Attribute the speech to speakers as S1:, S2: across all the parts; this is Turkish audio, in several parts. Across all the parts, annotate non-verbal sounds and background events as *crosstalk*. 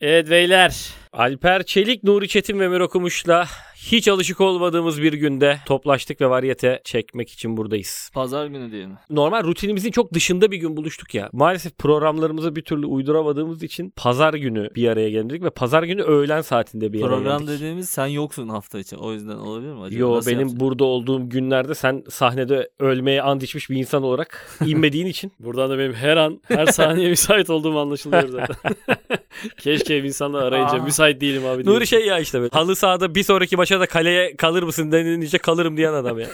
S1: Evet beyler. Alper Çelik, Nuri Çetin ve Mür Okumuş'la hiç alışık olmadığımız bir günde toplaştık ve varyete çekmek için buradayız.
S2: Pazar günü diye mi?
S1: Normal rutinimizin çok dışında bir gün buluştuk ya. Maalesef programlarımızı bir türlü uyduramadığımız için pazar günü bir araya geldik ve pazar günü öğlen saatinde bir araya
S2: Program
S1: geldik.
S2: dediğimiz sen yoksun hafta içi. O yüzden olabilir mi acaba?
S1: Yo
S2: Nasıl
S1: benim
S2: yapacağız?
S1: burada olduğum günlerde sen sahnede ölmeye and içmiş bir insan *laughs* olarak inmediğin için
S3: Buradan da benim her an,
S1: *laughs*
S3: her saniye müsait olduğum anlaşılıyor zaten. Keşke insanlar arayınca
S2: Aa.
S3: müsait değilim abi. diye.
S1: Nuri şey ya işte böyle halı sahada bir sonraki maça da kaleye kalır mısın denilince kalırım diyen adam ya.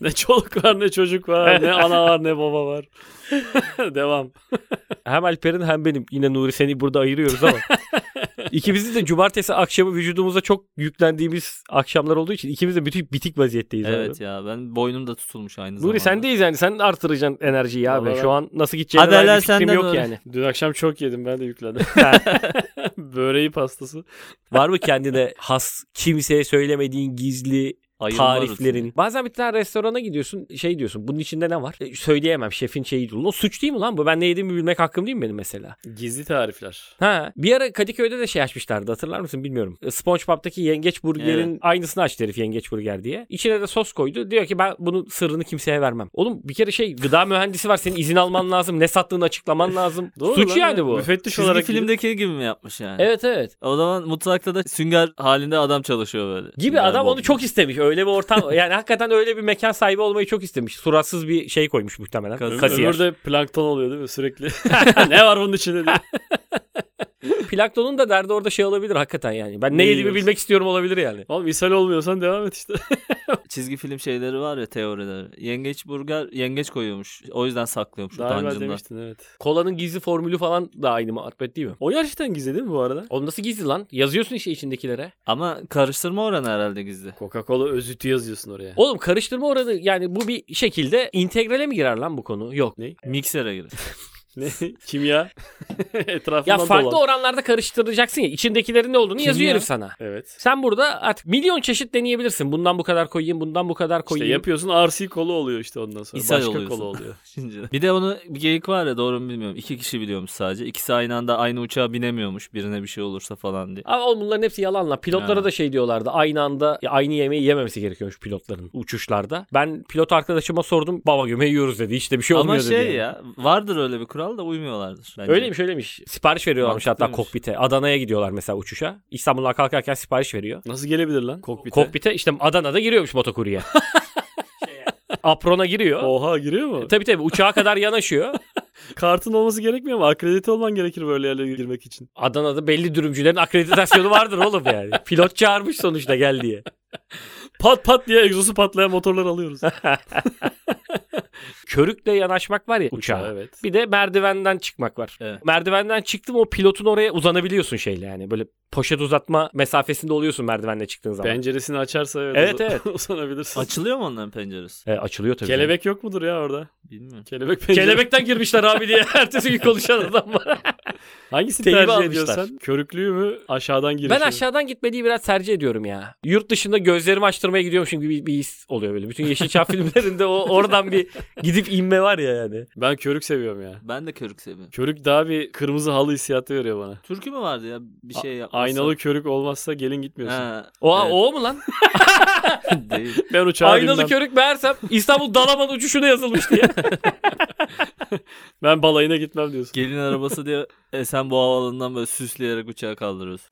S3: Ne çoluk var ne çocuk
S1: *laughs*
S3: var, ne ana var ne baba var. Devam.
S1: hem Alper'in hem benim. Yine Nuri seni burada ayırıyoruz *laughs* ama. İkimizin de cumartesi akşamı vücudumuza çok yüklendiğimiz akşamlar olduğu için ikimiz de bütün bitik vaziyetteyiz. abi.
S2: Evet ya ben boynum da tutulmuş aynı zamanda.
S1: Nuri sendeyiz yani sen artıracaksın enerjiyi abi.
S3: Vallahi
S1: Şu
S3: ben-
S1: an nasıl gideceğine
S2: Hadi
S1: dair
S2: helal
S1: bir fikrim
S2: senden
S1: yok
S2: Nuri.
S1: yani.
S3: Dün akşam çok yedim ben de yüklendim. *laughs* Böreği pastası.
S1: *laughs* Var mı kendine has kimseye söylemediğin gizli
S2: Ayırma
S1: tariflerin?
S2: rutini.
S1: Bazen bir tane restorana gidiyorsun şey diyorsun bunun içinde ne var? E, söyleyemem şefin şeyi diyor. Ulan suç değil mi lan bu? Ben ne yediğimi bilmek hakkım değil mi benim mesela?
S3: Gizli tarifler.
S1: Ha, bir ara Kadıköy'de de şey açmışlardı hatırlar mısın bilmiyorum. E, SpongeBob'taki yengeç burgerin aynısını açtı herif yengeç burger diye. İçine de sos koydu. Diyor ki ben bunun sırrını kimseye vermem. Oğlum bir kere şey gıda mühendisi var senin izin alman lazım. Ne sattığını açıklaman lazım.
S3: Doğru
S1: Suç
S3: lan
S1: yani
S3: ya.
S1: bu.
S3: Müfettiş
S2: Çizgi
S3: olarak gidip-
S2: filmdeki gibi mi yapmış
S1: *laughs*
S2: yani?
S1: Evet evet.
S2: O zaman mutfakta da sünger halinde adam çalışıyor böyle.
S1: Gibi
S2: Sünger
S1: adam
S2: Bob.
S1: onu çok istemiş. Öyle bir *laughs* ortam yani hakikaten öyle bir mekan sahibi olmayı çok istemiş. Suratsız bir şey koymuş muhtemelen.
S2: Kaz-
S3: Ömür-
S1: Kasiyer.
S3: Ömür de plankton oluyor değil mi sürekli?
S1: *laughs*
S3: *laughs* ne var bunun içinde diye.
S1: Plankton'un da derdi orada şey olabilir hakikaten yani. Ben ne
S3: Ne
S1: yediğimi
S3: yiyoruz?
S1: bilmek istiyorum olabilir yani.
S3: Oğlum ishal olmuyorsan devam et işte.
S2: Çizgi film şeyleri var ya teorileri. Yengeç burger yengeç koyuyormuş. O yüzden saklıyormuş
S3: Daha evvel
S2: utancından.
S3: demiştin evet.
S1: Kolanın gizli formülü falan da aynı muhabbet değil mi?
S3: O gerçekten gizli değil mi bu arada?
S1: Oğlum nasıl gizli lan? Yazıyorsun işte içindekilere.
S2: Ama karıştırma oranı herhalde gizli.
S3: Coca-Cola özütü yazıyorsun oraya.
S1: Oğlum karıştırma oranı yani bu bir şekilde integrale mi girer lan bu konu? Yok.
S3: Ne?
S2: Miksere girer.
S1: *laughs*
S3: Ne? Kimya?
S1: Ya
S3: *laughs* Etrafından
S1: farklı
S3: dolan.
S1: oranlarda karıştıracaksın ya. İçindekilerin ne olduğunu
S2: Kim
S1: yazıyor
S2: ya?
S1: herif sana.
S3: Evet.
S1: Sen burada artık milyon çeşit deneyebilirsin. Bundan bu kadar koyayım, bundan bu kadar
S3: İşte
S1: koyayım.
S3: yapıyorsun RC kolu oluyor işte ondan sonra.
S2: İshal
S3: Başka
S2: oluyorsun.
S3: kolu oluyor.
S2: *laughs* Şimdi. Bir de onu bir geyik var ya doğru mu bilmiyorum. İki kişi biliyormuş sadece. İkisi aynı anda aynı uçağa binemiyormuş. Birine bir şey olursa falan diye.
S1: Ama oğlum bunların hepsi yalan lan. Pilotlara
S2: Ha.
S1: da şey diyorlardı. Aynı anda ya aynı yemeği yememesi gerekiyormuş pilotların uçuşlarda. Ben pilot arkadaşıma sordum. Baba gömeği yiyoruz dedi. Hiç de bir şey olmuyor
S2: Ama
S1: dedi.
S2: şey
S1: yani.
S2: ya hani vardır öyle bir kural da uymuyorlardır. Bence.
S1: Öyleymiş öyleymiş. Sipariş veriyorlarmış hatta
S2: Mantıklıymış.
S1: kokpite. Adana'ya gidiyorlar mesela uçuşa. İstanbul'dan kalkarken sipariş veriyor.
S3: Nasıl gelebilir lan? Kokpite.
S1: Kokpite işte Adana'da giriyormuş
S3: *laughs*
S1: motokurye. Aprona giriyor. E,
S3: Oha giriyor mu?
S1: Tabii tabii uçağa kadar yanaşıyor. E,
S3: Kartın olması gerekmiyor mu? Akredite olman gerekir böyle yerlere girmek için.
S1: Adana'da belli dürümcülerin akreditasyonu vardır oğlum yani. Pilot çağırmış sonuçta gel diye.
S3: Pat pat diye egzosu patlayan
S1: *laughs*
S3: motorlar alıyoruz.
S1: Körükle yanaşmak var ya uçağa.
S3: evet.
S1: Bir de merdivenden çıkmak var.
S2: Evet.
S1: Merdivenden çıktım o pilotun oraya uzanabiliyorsun şeyle yani. Böyle poşet uzatma mesafesinde oluyorsun merdivenle çıktığın zaman.
S3: Penceresini açarsa evet.
S1: Evet,
S3: uza-
S1: evet.
S3: *laughs* uzanabilirsin.
S2: Açılıyor mu onların penceresi?
S1: E, açılıyor tabii. canım.
S3: Kelebek yok mudur ya orada?
S2: Bilmiyorum.
S3: Kelebek pencere.
S1: Kelebekten girmişler abi diye ertesi gün konuşan adam var.
S3: *laughs* Hangisini
S1: Teybi
S3: tercih
S1: almışlar.
S3: ediyorsan? Körüklüğü mü? Aşağıdan girişi
S1: Ben
S3: mi?
S1: aşağıdan gitmediği biraz tercih ediyorum ya. Yurt dışında gözlerimi açtırmaya gidiyormuşum gibi bir, bir his oluyor böyle. Bütün *laughs* Yeşilçam filmlerinde o oradan bir gidip inme var ya yani.
S3: Ben körük seviyorum ya.
S2: Ben de körük seviyorum.
S3: Körük daha bir kırmızı halı hissiyatı veriyor bana.
S2: Türkü mü vardı ya bir
S3: A-
S2: şey yapması?
S3: Aynalı körük olmazsa gelin gitmiyorsun.
S2: Ha,
S1: O,
S2: evet,
S1: o mu lan?
S2: *laughs* değil.
S3: Ben uçağa
S1: Aynalı
S3: binmem.
S1: körük meğersem İstanbul Dalaman uçuşuna yazılmış diye.
S3: Ben balayına gitmem diyorsun.
S2: Gelin arabası diye e, sen bu havaalanından böyle süsleyerek uçağa kaldırıyorsun.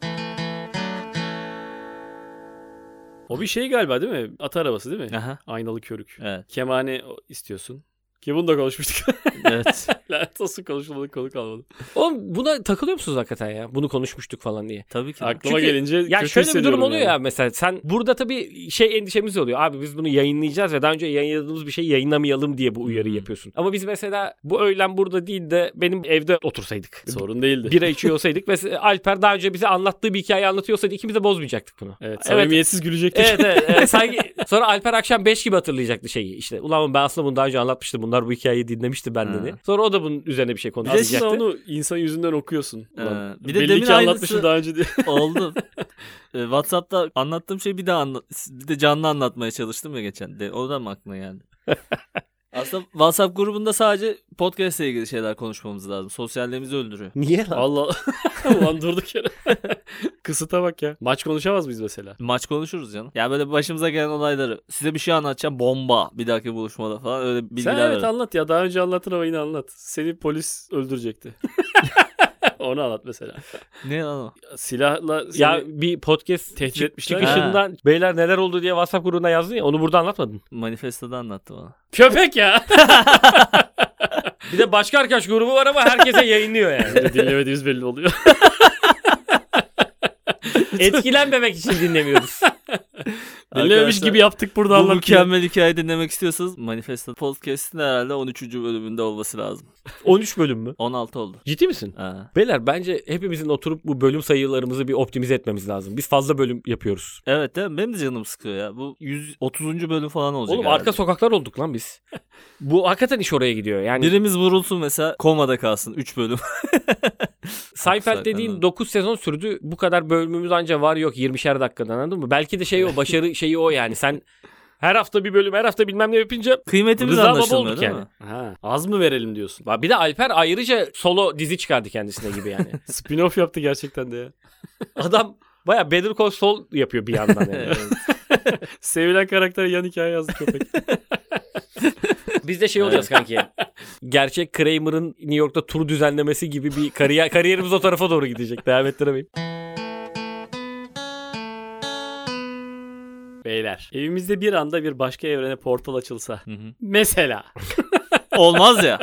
S3: O bir şey galiba değil mi? At arabası değil mi?
S2: Aha.
S3: Aynalı körük.
S2: Evet.
S3: Kemane istiyorsun. Ki bunu da konuşmuştuk. *laughs*
S2: Evet.
S3: Lanet olsun konuşulmadık konu kalmadı.
S1: *laughs* Oğlum buna takılıyor musunuz hakikaten ya? Bunu konuşmuştuk falan diye.
S2: Tabii ki. de.
S3: Aklıma
S1: Çünkü-
S3: gelince
S1: Ya
S3: kötü
S1: şöyle bir durum
S3: hissediyorum
S1: oluyor
S3: yani.
S1: ya mesela sen burada tabii şey endişemiz oluyor. Abi biz bunu yayınlayacağız ve daha önce yayınladığımız bir şey yayınlamayalım diye bu uyarı
S2: Hmm.
S1: yapıyorsun. Ama biz mesela bu öğlen burada değil de benim evde otursaydık.
S3: Sorun değildi.
S1: bira içiyor olsaydık ve Alper daha önce bize anlattığı bir hikaye anlatıyorsaydı ikimiz de bozmayacaktık bunu.
S3: Evet, samimiyetsiz gülecektik.
S1: Evet evet. evet. Sanki sonra Alper akşam 5 gibi hatırlayacaktı şeyi. İşte ulan ben aslında bunu daha önce anlatmıştım. Bunlar bu hikayeyi dinlemişti benden
S2: Ha.
S1: diye. Sonra o da bunun üzerine bir şey
S3: Aslında
S1: konuşacaktı.
S3: Aslında onu insan yüzünden okuyorsun. Ulan,
S2: Ee, bir de
S3: belli
S2: demin
S3: ki
S2: aynısı-
S3: anlatmışım daha
S1: *laughs*
S3: önce diye.
S2: Oldu. E, WhatsApp'ta
S3: *laughs*
S2: anlattığım şeyi bir daha anla- bir de canlı anlatmaya çalıştım ya geçen. De, o da mı aklına geldi? Aslında WhatsApp grubunda sadece podcast ile ilgili şeyler konuşmamız lazım. Sosyalliğimizi öldürüyor.
S1: Niye lan?
S3: Allah *laughs* ulan durduk yere. *laughs* Kısıta bak ya. Maç konuşamaz mıyız mesela?
S2: Maç konuşuruz canım. Yani böyle başımıza gelen olayları. Size bir şey anlatacağım. Bomba. Bir dahaki buluşmada falan öyle bilgiler
S3: Sen evet
S2: verin.
S3: anlat ya. Daha önce anlattın ama yine anlat. Seni polis
S1: *laughs*
S3: öldürecekti. Onu anlat mesela.
S2: Ne lan o?
S3: Silahla seni
S1: Ya bir podcast
S3: tehdit
S1: tehdit
S3: etmişler.
S1: çıkışından beyler neler oldu diye WhatsApp grubuna yazdın ya onu burada anlatmadın.
S2: Manifestoda anlattı bana.
S3: Köpek ya.
S1: *laughs* Bir de başka arkadaş grubu var ama herkese yayınlıyor *laughs* yani.
S3: Dinlemediğimiz belli oluyor.
S1: Etkilenmemek için *laughs* dinlemiyoruz.
S3: Dinlememiş
S2: Arkadaşlar,
S3: gibi yaptık burada
S2: Bu
S3: anlat.
S2: mükemmel hikayeyi dinlemek istiyorsanız Manifesto Podcast'in herhalde 13. bölümünde olması lazım.
S1: 13 bölüm mü?
S2: 16 oldu.
S1: Ciddi misin?
S2: Ha.
S1: Beyler bence hepimizin oturup bu bölüm sayılarımızı bir optimize etmemiz lazım. Biz fazla bölüm yapıyoruz.
S2: Evet değil mi? Benim de canım sıkıyor ya. Bu 130. bölüm falan olacak
S1: Oğlum
S2: herhalde.
S1: arka sokaklar olduk lan biz. bu hakikaten iş oraya gidiyor. Yani
S2: Birimiz vurulsun mesela komada kalsın 3 bölüm.
S1: *laughs* Seinfeld
S2: Hakikaten
S1: dediğin
S2: öyle.
S1: 9 sezon sürdü. Bu kadar bölümümüz anca var yok 20'şer dakikadan anladın mı? Belki de şey
S2: *laughs*
S1: o başarı şeyi o yani. Sen her hafta bir bölüm her hafta bilmem ne yapınca
S2: Kıymetimiz
S1: Rıza baba
S2: anlaşılmıyor
S1: olduk
S2: değil
S1: yani.
S2: mi?
S3: Ha, az mı
S1: *laughs*
S3: verelim diyorsun?
S1: Bak bir de Alper ayrıca solo dizi çıkardı kendisine gibi
S2: *laughs*
S1: yani.
S3: Spin-off yaptı gerçekten de ya.
S1: Adam baya Better Call Saul yapıyor bir yandan yani.
S2: Evet.
S3: Sevilen karaktere yan hikaye yazdı köpek.
S1: Biz de şey olacağız kanki. Gerçek Kramer'ın New York'ta tur düzenlemesi gibi bir kariyer kariyerimiz o tarafa doğru gidecek. Devam ettiremeyim.
S3: Beyler *laughs* evimizde bir anda bir başka evrene portal açılsa.
S2: Hı hı.
S3: Mesela *laughs*
S1: *laughs*
S2: Olmaz ya.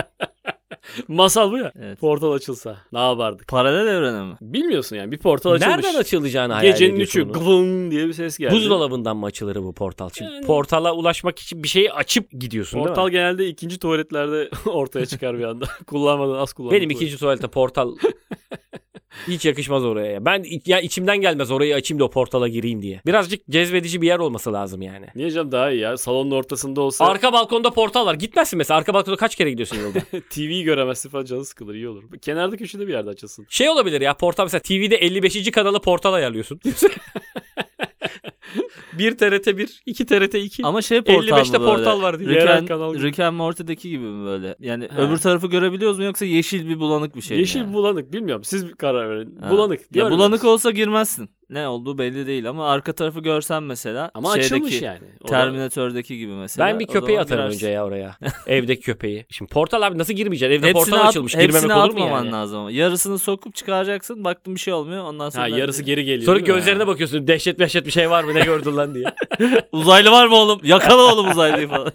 S3: masal bu ya.
S2: Evet.
S3: Portal açılsa ne yapardık?
S2: Paralel evrene mi?
S3: Bilmiyorsun yani bir portal açılmış.
S1: Nereden açılacağını hayal
S3: Gecenin
S1: ediyorsun
S3: üçü
S1: bunu?
S3: gılın diye bir ses geldi.
S1: Buzdolabından mı açılır bu portal? Şimdi
S3: Yani-
S1: portala ulaşmak için bir şeyi açıp gidiyorsun değil mi?
S3: Portal genelde ikinci tuvaletlerde *laughs* ortaya çıkar bir anda. *laughs* Kullanmadan az kullanmadan.
S1: Benim ikinci tuvalete
S3: *laughs*
S1: portal hiç yakışmaz oraya. ya. Ben iç- ya içimden gelmez orayı açayım da o portala gireyim diye. Birazcık cezbedici bir yer olması lazım yani.
S3: Niye canım daha iyi ya. Salonun ortasında olsa
S1: Arka balkonda portal var. Gitmezsin mesela. Arka balkonda kaç kere gidiyorsun yolda?
S2: *laughs*
S3: TV'yi göremezsin falan canı sıkılır iyi olur. Kenarda köşede bir yerde açılsın.
S1: şey olabilir ya portal mesela TV'de 55. kanala portal
S2: *laughs*
S1: ayarlıyorsun. bir TRT 1, 2 TRT 2.
S2: Ama şey portal
S1: 55'te
S2: mı böyle?
S1: portal var diye.
S2: Rick
S3: Yerel
S2: and-
S3: kanal gibi.
S2: Rick and Morty'deki gibi mi böyle? Yani
S3: Ha.
S2: öbür tarafı görebiliyoruz mu yoksa yeşil bir bulanık bir şey mi
S3: Yeşil
S2: yani?
S3: bulanık bilmiyorum siz bir karar verin.
S2: Ha.
S3: Bulanık.
S2: Ya
S3: görmüyoruz.
S2: bulanık olsa girmezsin. Ne olduğu belli değil ama arka tarafı görsen mesela
S3: Ama
S2: şeydeki
S3: açılmış yani. O da-
S2: Terminatördeki gibi mesela.
S1: ben bir
S2: o
S1: köpeği
S2: zaman
S1: atarım
S2: girersin.
S1: önce ya oraya. *laughs* Evdeki köpeği. Şimdi portal abi nasıl girmeyeceksin? Evde
S2: Hepsini,
S1: portal
S2: at-
S1: açılmış.
S2: hepsini
S1: Girmemek olur mu
S2: atmaman
S1: yani?
S2: lazım ama. Yarısını sokup çıkaracaksın. Baktın bir şey olmuyor. Ondan sonra
S3: Ha
S2: ben-
S3: yarısı geri geliyor.
S1: Sonra
S3: değil mi?
S1: gözlerine bakıyorsun. Dehşet dehşet bir şey var mı? Ne gördün lan
S2: *laughs*
S1: diye.
S2: Uzaylı var mı oğlum? Yakala oğlum uzaylıyı falan.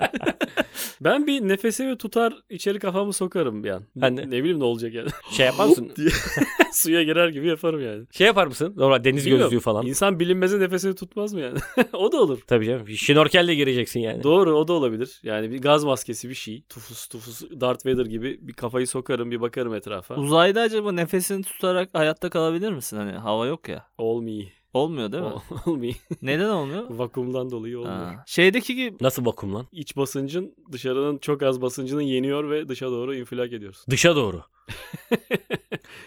S3: Ben bir nefesimi tutar içeri kafamı sokarım bir an.
S1: Ben de.
S3: ne, ne bileyim ne olacak yani.
S1: Şey yapar mısın?
S3: *laughs* Suya girer gibi yaparım yani.
S1: Şey yapar mısın? Normal deniz
S3: Bilmiyorum.
S1: gözlüğü falan.
S3: İnsan bilinmeze nefesini tutmaz mı yani? *laughs* o da olur.
S1: Tabii canım. Şnorkelle gireceksin yani.
S3: Doğru o da olabilir. Yani bir gaz maskesi bir şey. Tufus tufus Darth Vader gibi bir kafayı sokarım bir bakarım
S2: *laughs*
S3: etrafa.
S2: Uzayda acaba nefesini tutarak hayatta kalabilir misin? Hani hava yok ya.
S3: Olmuyor.
S2: Olmuyor değil mi?
S3: *laughs* Olmuyor.
S2: *laughs* Neden olmuyor?
S3: *laughs* Vakumdan dolayı olmuyor.
S2: Ha. Şeydeki gibi
S1: Nasıl vakum lan?
S3: İç basıncın dışarının çok az basıncını yeniyor ve dışa doğru infilak ediyorsun.
S1: Dışa doğru.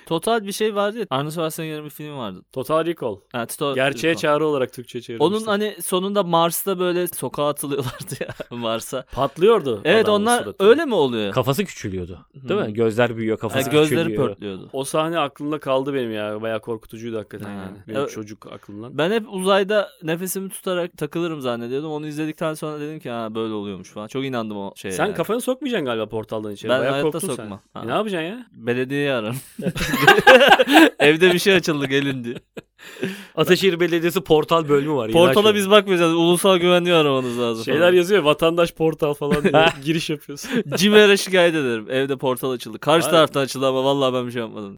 S2: total bir şey vardı ya. Arnold Schwarzenegger'in bir filmi vardı.
S3: Total Recall.
S2: Ha, Total-
S3: Gerçeğe çağrı olarak Türkçe çevirmişler.
S2: Onun hani sonunda Mars'ta böyle sokağa atılıyorlardı ya *laughs* Mars'a.
S3: patlıyordu.
S2: Evet
S3: adamın
S2: onlar
S3: suratı.
S2: öyle mi oluyor?
S1: Kafası küçülüyordu. Değil
S2: Hı.
S1: mi? Gözler büyüyor.
S2: Hmm. Ha,
S1: Kafası
S2: gözleri
S1: küçülüyor.
S2: pörtlüyordu.
S3: O sahne aklımda kaldı benim ya. Bayağı korkutucuydu hakikaten
S2: Ha.
S3: yani. Benim
S2: Ö-
S3: çocuk aklımdan.
S2: Ben hep uzayda nefesimi tutarak takılırım zannediyordum. Onu izledikten sonra dedim ki ha böyle oluyormuş falan. Çok inandım o şeye.
S3: Sen
S2: yani.
S3: kafanı sokmayacaksın galiba portaldan içeri.
S2: Ee, Ben
S3: Bayağı
S2: hayatta
S3: korktun
S2: sokmam.
S3: sen.
S2: Ha.
S3: E ne yapacaksın ya?
S2: Belediyeye ararım.
S3: *laughs*
S2: *laughs* Evde bir şey açıldı gelin diye.
S1: Ataşehir Belediyesi portal bölümü var. yeni
S2: Portala
S1: açıldı.
S2: biz bakmayacağız. Ulusal güvenliği aramanız lazım.
S3: Şeyler yazıyor vatandaş portal
S2: *laughs*
S3: falan diye giriş yapıyorsun.
S2: falan. CİMER'e şikayet ederim. Evde portal açıldı. Karşı
S3: Hayır.
S2: taraftan açıldı ama vallahi ben bir şey yapmadım.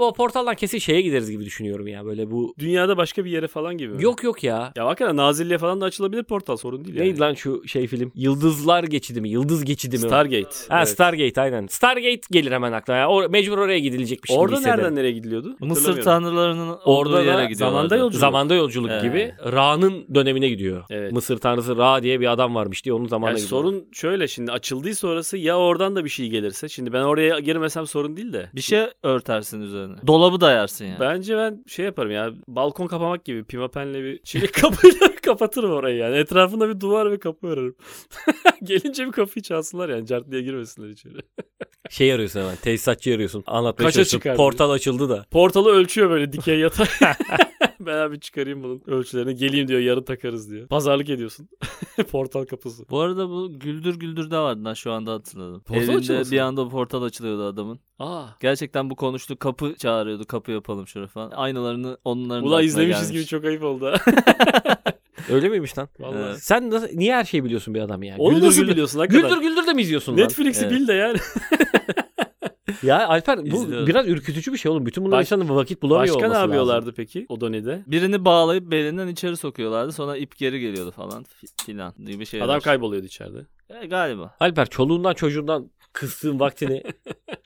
S1: o portaldan kesin şeye gideriz gibi düşünüyorum ya. Böyle bu
S3: Dünyada başka bir yere falan gibi. mi?
S1: Yok yok ya.
S3: Ya hakikaten Nazilli'ye falan da açılabilir portal sorun değil yani.
S1: Neydi lan şu şey film? Yıldızlar geçidi mi? Yıldız geçidi mi?
S3: Stargate.
S1: ha
S3: Evet.
S1: Stargate aynen. Stargate gelir hemen aklıma. ya. O, mecbur oraya gidilecek bir şey
S3: Orada
S1: gibi hissederim.
S3: nereden nereye gidiliyordu?
S2: Mısır
S3: Hatırlamıyorum.
S2: tanrılarının
S1: Orada
S2: orada yere
S1: da
S2: gidiyorlar.
S3: zamanda yolculuk.
S1: Zamanda yolculuk
S2: Ee.
S1: gibi Ra'nın dönemine gidiyor.
S3: Evet.
S1: Mısır tanrısı Ra diye bir adam varmış diye onun zamanına
S3: Yani
S1: gidiyor.
S3: sorun şöyle şimdi açıldığı sonrası ya oradan da bir şey gelirse. Şimdi ben oraya girmesem sorun değil de.
S2: Bir şey örtersin üzerine. Dolabı dayarsın yani.
S3: Bence ben şey yaparım ya balkon kapamak gibi pimapenle bir çelik *laughs* kapıyla kapatırım orayı yani. Etrafında bir duvar ve kapı örarım. *laughs* Gelince bir kapıyı çalsınlar yani cart diye girmesinler içeri.
S1: Şey arıyorsun hemen. Tesisatçı arıyorsun. Anlatmaya
S3: Kaça
S1: çalışıyorsun.
S3: çıkar
S1: Portal açıldı da.
S3: Portalı ölçüyor böyle dikey yatay. *laughs* ben abi çıkarayım bunun ölçülerini geleyim diyor yarın takarız diyor. Pazarlık ediyorsun. *laughs* Portal kapısı.
S2: Bu arada bu güldür güldür de vardı lan şu anda hatırladım.
S3: Portal
S2: Evinde
S3: açılması
S2: bir
S3: mı?
S2: anda portal açılıyordu adamın.
S3: Aa.
S2: Gerçekten bu konuştu kapı çağırıyordu kapı yapalım şöyle falan. Aynılarını onların da
S3: Ula
S2: aklına
S3: izlemişiz
S2: gelmiş.
S3: gibi çok ayıp oldu. ha.
S1: Öyle miymiş lan?
S3: Vallahi.
S2: Evet.
S1: Sen nasıl, niye her şeyi biliyorsun bir adam ya?
S3: Onu
S1: Güldür
S3: nasıl
S1: güldür.
S3: biliyorsun hakikaten?
S1: Güldür güldür de mi izliyorsun lan?
S3: Netflix'i
S2: Evet.
S3: bil de yani.
S1: Ya Alper bu
S2: İzliyorum.
S1: biraz ürkütücü bir şey oğlum. Bütün bunlar
S3: Baş-
S1: insanın vakit bulamıyor
S3: Başka ne
S1: olması
S3: yapıyorlardı
S1: lazım.
S3: peki o dönemde?
S2: Birini bağlayıp belinden içeri sokuyorlardı. Sonra ip geri geliyordu falan fi- filan gibi şeyler.
S3: Adam kayboluyordu içeride.
S2: E, galiba.
S1: Alper çoluğundan çocuğundan kıstığın *laughs* vaktini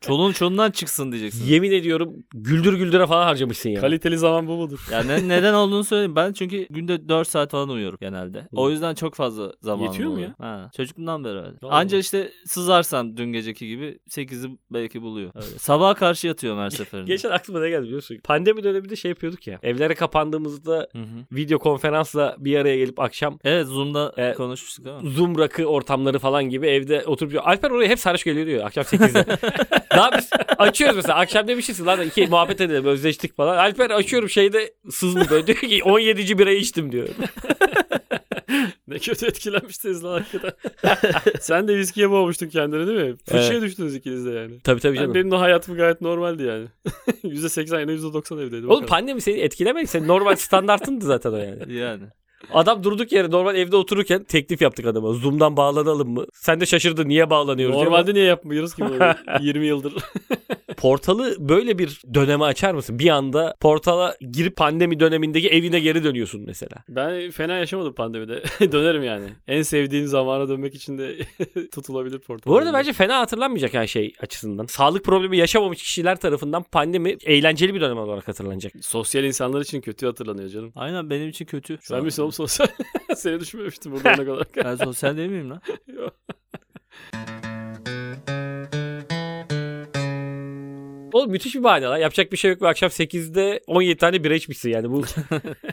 S2: Çoluğun çoluğundan çıksın diyeceksin.
S1: yemin ediyorum güldür güldüre falan harcamışsın ya.
S3: Kaliteli zaman bu mudur? *laughs*
S2: Yani ne- neden olduğunu söyleyeyim. Ben çünkü günde 4 saat falan uyuyorum genelde. O yüzden çok fazla zamanım
S3: Yetiyor mu
S2: oluyor.
S3: ya?
S2: Ha, çocukluğumdan beri öyle.
S3: Vallahi.
S2: Anca işte sızarsam dün geceki gibi 8'i belki buluyor. Öyle. Sabaha karşı yatıyorum her seferinde.
S1: Geçen aklıma ne geldi biliyorsun? Pandemi döneminde şey yapıyorduk ya. Evlere kapandığımızda
S2: Hı hı.
S1: video konferansla bir araya gelip akşam
S2: Evet Zoom'da
S1: E,
S2: konuşmuştuk ama.
S1: Zoom rakı ortamları falan gibi evde oturup Alper oraya hep sarhoş geliyor diyor akşam 8'de. *laughs* Daha biz açıyoruz mesela akşam demişiz lan iki muhabbet edelim özleştik falan. Alper açıyorum şeyde sızdı böyle diyor ki 17. birayı içtim diyor.
S3: Ne kötü etkilenmişsiniz lan
S1: *laughs*
S3: hakikaten. Sen de viskiye boğmuştun kendini değil mi? Fıçıya
S1: Evet.
S3: düştünüz ikiniz de yani.
S1: Tabii tabii
S3: Ben-
S1: canım.
S3: benim de hayatım gayet normaldi yani. *laughs* %80 yine %90 evdeydim.
S1: Oğlum
S3: bakalım.
S1: pandemi seni etkilemedi. Senin normal standartındı zaten o yani.
S2: Yani.
S1: Adam durduk yere normal evde otururken teklif yaptık adama. Zoom'dan bağlanalım mı? Sen de şaşırdın niye bağlanıyoruz? diye.
S3: Normalde niye yapmıyoruz ki
S1: *laughs*
S3: bunu? 20 yıldır.
S1: Portalı böyle bir döneme açar mısın? Bir anda portala girip pandemi dönemindeki evine geri dönüyorsun mesela.
S3: Ben fena yaşamadım pandemide. *laughs* Dönerim yani. En sevdiğim zamana dönmek için de *laughs* tutulabilir portal.
S1: Bu arada bence fena hatırlanmayacak her şey açısından. Sağlık problemi yaşamamış kişiler tarafından pandemi eğlenceli bir dönem olarak hatırlanacak.
S3: sosyal insanlar için kötü hatırlanıyor canım.
S2: Aynen benim için kötü. şu
S3: Sen
S2: an.
S3: misin oğlum sosyal? *laughs* Seni düşünmemiştim burada ne kadar.
S2: Ben sosyal değil miyim lan?
S1: Oğlum müthiş bir bahane lan. Yapacak bir şey yok ve akşam 8'de 17 tane bira içmişsin yani.
S3: *laughs*
S1: Bu,